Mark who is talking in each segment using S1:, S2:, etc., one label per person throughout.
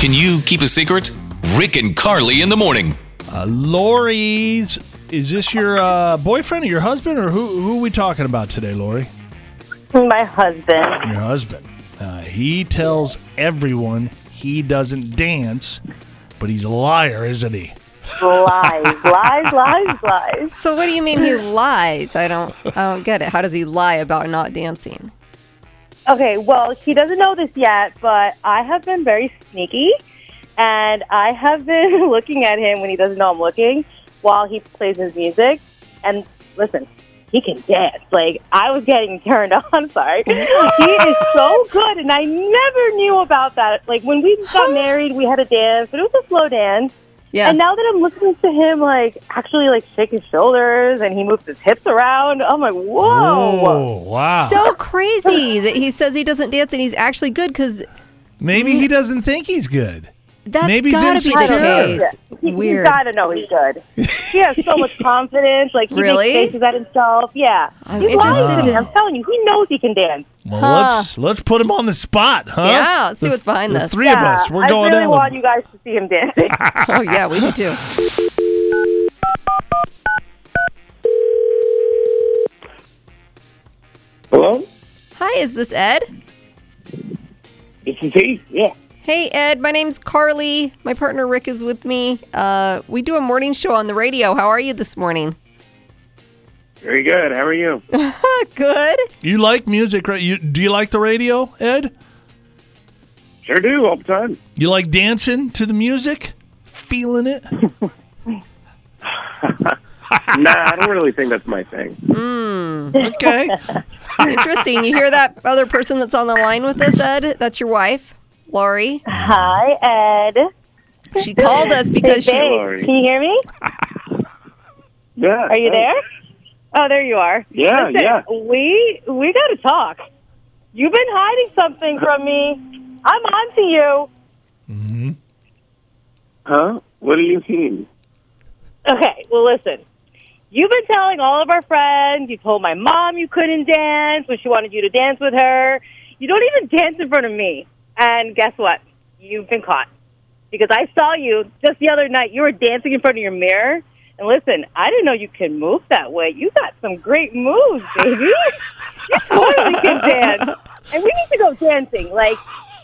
S1: Can you keep a secret? Rick and Carly in the morning.
S2: Uh, Lori's, is this your uh, boyfriend or your husband or who who are we talking about today, Lori?
S3: My husband.
S2: Your husband. Uh, he tells everyone he doesn't dance, but he's a liar, isn't he?
S3: Lies, lies, lies, lies.
S4: So what do you mean he lies? I don't I don't get it. How does he lie about not dancing?
S3: Okay, well, he doesn't know this yet, but I have been very sneaky, and I have been looking at him when he doesn't know I'm looking while he plays his music. And listen, he can dance. Like, I was getting turned on, sorry. he is so good, and I never knew about that. Like, when we got married, we had a dance, but it was a slow dance.
S4: Yeah.
S3: And now that I'm listening to him, like, actually, like, shake his shoulders, and he moves his hips around, I'm like, whoa.
S2: Oh, wow.
S4: so crazy that he says he doesn't dance and he's actually good because
S2: Maybe he doesn't think he's good.
S4: that's
S2: Maybe he's
S4: gotta be the
S2: insecure.
S4: case.
S3: Yeah. He,
S4: Weird.
S3: He's gotta know he's good. He has so much confidence. Like he
S4: Really?
S3: makes faces at himself. Yeah,
S4: I'm
S3: he's lying
S4: interested
S3: to
S4: to-
S3: me. I'm telling you, he knows he can dance.
S2: Well,
S4: Huh.
S2: let's let's put him on the spot, huh?
S4: Yeah, let's see
S2: The-
S4: what's behind
S2: the
S4: this.
S2: Three
S3: Yeah,
S2: of us. We're going Ah.
S3: I really
S2: at
S3: want
S2: him.
S3: you guys to see him dancing.
S4: Oh yeah, we do too.
S5: Hello?
S4: Hi, is this Ed?
S5: This is he? Yeah.
S4: Hey Ed, my name's Carly. My partner Rick is with me. Uh, we do a morning show on the radio. How are you this morning?
S5: Very good. How are you?
S4: Good.
S2: You like music, right? You, do you like the radio, Ed?
S5: Sure do, all the time.
S2: You like dancing to the music? Feeling it?
S5: nah, I don't really think that's my thing.
S2: Okay.
S4: Interesting. You hear that other person that's on the line with us, Ed? That's your wife, Lori.
S3: Hi, Ed.
S4: She called us because
S3: hey,
S4: she.
S3: babe,
S5: Lori.
S3: can you hear me?
S5: Yeah.
S3: Are you there? Oh, there you are.
S5: Yeah,
S3: Listen,
S5: yeah.
S3: We we gotta talk. You've been hiding something from me. I'm on to you.
S5: Huh? What do you mean?
S3: Okay, well, listen. You've been telling all of our friends. You told my mom you couldn't dance when she wanted you to dance with her. You don't even dance in front of me. And guess what? You've been caught. Because I saw you just the other night. You were dancing in front of your mirror. And listen, I didn't know you could move that way. You got some great moves, baby. you totally can dance. And we need to go dancing, like,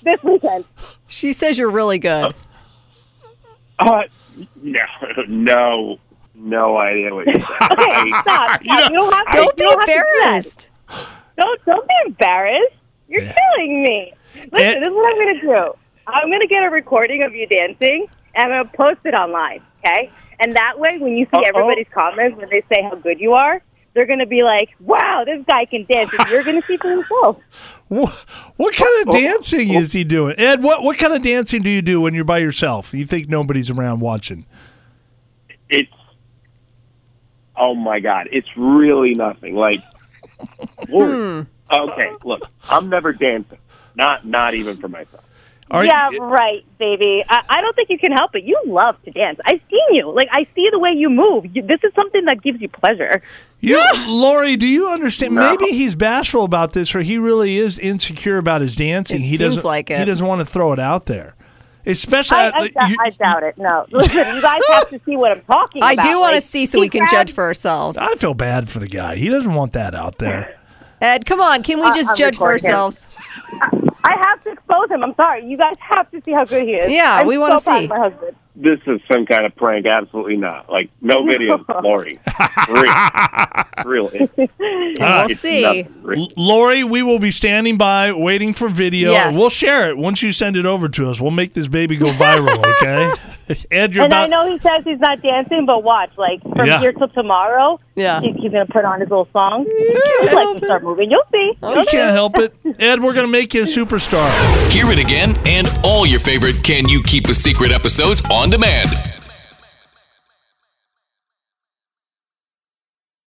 S3: this weekend.
S4: She says you're really good.
S5: Uh, no, no, no idea what you're saying.
S3: Okay, stop. stop. You, don't have to. you
S4: Don't be
S3: have to do that.
S4: embarrassed.
S3: Don't don't be embarrassed. You're killing me. Listen,
S2: It-
S3: this is what I'm gonna do. I'm gonna get a recording of you dancing and I'm gonna post it online, okay? And that way when you see
S5: Uh-oh.
S3: everybody's comments when they say how good you are, they're gonna be like, Wow, this guy can dance and you're gonna see for yourself.
S2: What, what kind of dancing is he doing? Ed, what, what kind of dancing do you do when you're by yourself? You think nobody's around watching.
S5: It's, oh my God, it's really nothing. Like, Hmm. Lord. okay, look, I'm never dancing. Not, not even for myself.
S2: Are
S3: yeah,
S2: you,
S3: right, baby. I, I don't think you can help it. You love to dance. I've seen you. Like I see the way you move. You, this is something that gives you pleasure.
S2: you, Lori, do you understand?
S5: No.
S2: Maybe he's bashful about this or he really is insecure about his dancing.
S4: It
S2: he
S4: seems
S2: doesn't
S4: like it.
S2: He doesn't want to throw it out there. Especially
S3: I, I,
S2: uh,
S3: doubt-
S2: you-
S3: I doubt it. No, listen, you guys have to see what I'm talking
S4: I
S3: about.
S4: do want to
S3: Like,
S4: see so
S3: he
S4: we can
S3: grabbed
S4: judge for ourselves.
S2: I feel bad for the guy. He doesn't want that out there.
S4: Ed, come on. Can we just
S3: Uh, I'll
S4: judge for
S3: record him.
S4: ourselves?
S3: I have to expose him. I'm sorry. You guys have to see how good he is.
S4: Yeah,
S3: I'm
S4: we wanna
S3: so proud
S4: see.
S3: of My husband.
S5: This is some kind of prank. Absolutely not. Like, no video, Lori. Real. Real. It's,
S4: We'll
S5: it's
S4: see.
S5: nothing. Real.
S2: L- Lori, we will be standing by waiting for video.
S4: Yes.
S2: We'll share it once you send it over to us. We'll make this baby go viral, okay? Ed, you're
S3: And
S2: about
S3: I know he says he's not dancing, but watch, like from
S2: Yeah.
S3: here till tomorrow,
S4: Yeah.
S3: he, he's gonna put on his little song. He's like to start moving. You'll see.
S4: Oh,
S2: You Oh, can't help it. Ed, we're going to make you a superstar.
S1: Hear it again and all your favorite Can You Keep a Secret episodes on demand.